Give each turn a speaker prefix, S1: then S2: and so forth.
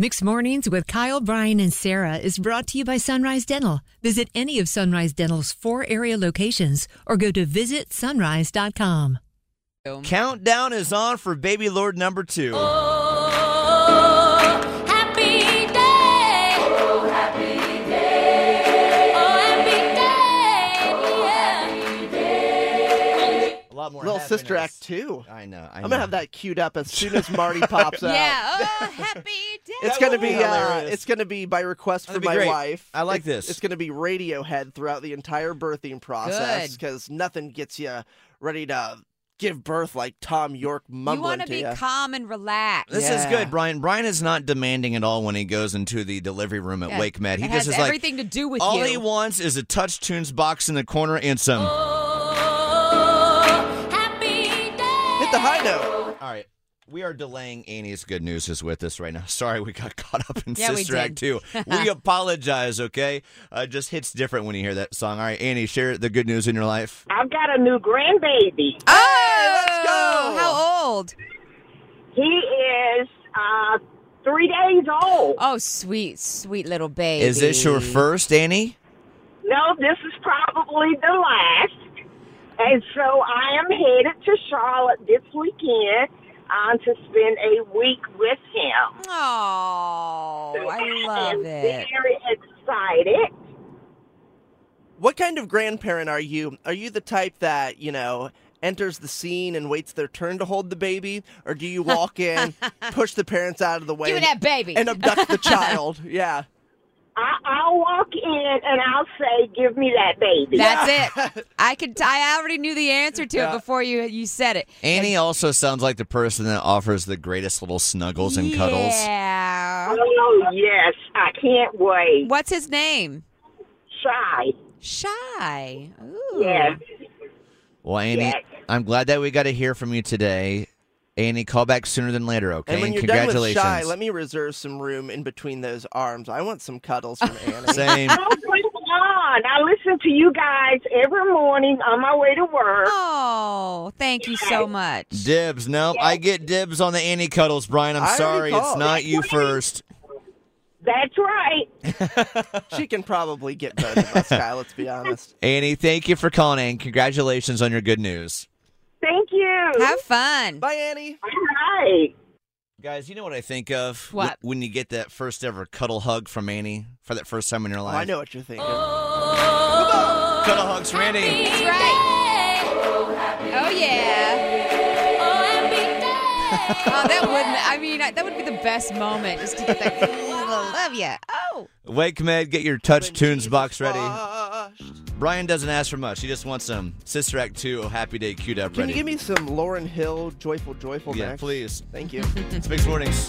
S1: Mixed Mornings with Kyle, Brian, and Sarah is brought to you by Sunrise Dental. Visit any of Sunrise Dental's four area locations or go to visitsunrise.com.
S2: Countdown is on for Baby Lord number two.
S3: Oh, happy day. Oh, happy day. Oh, happy day.
S2: A lot more.
S4: Little Sister Act 2.
S2: I know. I
S4: I'm going to have that queued up as soon as Marty pops
S3: Yeah.
S4: out.
S3: Yeah. Oh, happy day.
S4: It's
S2: That
S4: gonna
S2: would be
S4: be uh,
S2: hilarious.
S4: it's gonna be by request
S2: That'd
S4: from
S2: be
S4: my
S2: great.
S4: wife.
S2: I like
S4: It's-
S2: this.
S4: It's gonna be Radiohead throughout the entire birthing process
S5: Good.
S4: because nothing gets you ready to give birth like Tom York
S5: you want
S4: mumbling
S5: to
S4: to
S5: be
S4: you.
S5: calm and relaxed.
S2: This is
S4: Yeah.
S2: good, Brian. Brian is not demanding at all when he goes into the delivery room at
S5: Yeah.
S2: Wake Med. He
S5: it
S2: just
S5: has
S2: is like
S5: everything to do with
S2: all
S5: you.
S2: he wants is a touch tunes box in the corner and some.
S3: Oh, happy day.
S4: Hit the high note.
S2: All right. We are delaying Annie's good news is with us right now. Sorry we got caught up in
S5: Yeah, we
S2: Sister Act 2.
S5: did.
S2: We apologize, okay? Uh, just hits different when you hear that song. All right, Annie, share the good news in your life.
S6: I've got a new grandbaby.
S5: oh,
S4: let's go.
S5: How old?
S6: He is uh, three days old.
S5: Oh, sweet, sweet little baby.
S2: Is this your first, Annie?
S6: No, this is probably the last. And so I am headed to Charlotte this weekend um, to spend a week with him.
S5: Oh, I love
S6: am
S5: it.
S6: Very excited.
S4: What kind of grandparent are you? Are you the type that you know? Enters the scene and waits their turn to hold the baby, or do you walk in, push the parents out of the way,
S5: Give me
S4: and,
S5: that baby.
S4: and abduct the child? Yeah,
S6: I, I'll walk in and I'll say, "Give me that baby."
S5: That's it. I could. I already knew the answer to
S4: Yeah.
S5: it before you you said it.
S2: Annie also sounds like the person that offers the greatest little snuggles and cuddles.
S5: Yeah.
S6: oh yes, I can't wait.
S5: What's his name?
S6: Shy.
S5: Shy. Ooh.
S6: Yes.
S2: Well, Annie,
S6: Yes.
S2: I'm glad that we got to hear from you today. Annie, call back sooner than later, okay?
S4: and when you're done with
S2: congratulations.
S4: shy, let me reserve some room in between those arms. I want some cuddles from Annie.
S2: Same.
S6: Oh, bring it on. I listen to you guys every morning on my way to work.
S5: Oh, thank you so much.
S2: Dibs. Nope. I get dibs on the Annie cuddles, Brian. I'm
S4: I already
S2: sorry. It's
S4: called.
S2: not you first.
S6: That's right.
S4: She can probably get both of us, Kyle, let's be honest.
S2: Annie, thank you for calling and congratulations on your good news.
S6: Thank you.
S5: Have fun.
S4: Bye, Annie.
S6: All right.
S2: Guys, you know what I think of?
S5: What?
S2: Wh- When you get that first ever cuddle hug from Annie for that first time in your
S4: Oh,
S2: life.
S4: I know what you're thinking.
S3: Oh,
S2: Cuddle hugs from Annie.
S3: happy
S5: That's right.
S3: day.
S5: Oh yeah.
S3: Oh, happy day.
S5: Oh, that wouldn't. I mean, that would be the best moment just to get that. I love you. Oh.
S2: Wake Med, get your touch tunes box ready.
S4: Wash.
S2: Brian doesn't ask for much. He just wants some Sister Act 2 Happy Day queued up
S4: Can
S2: ready.
S4: you give me some Lauren Hill, Joyful Joyful
S2: yeah,
S4: next?
S2: please.
S4: Thank you.
S2: It's Mixed Mornings.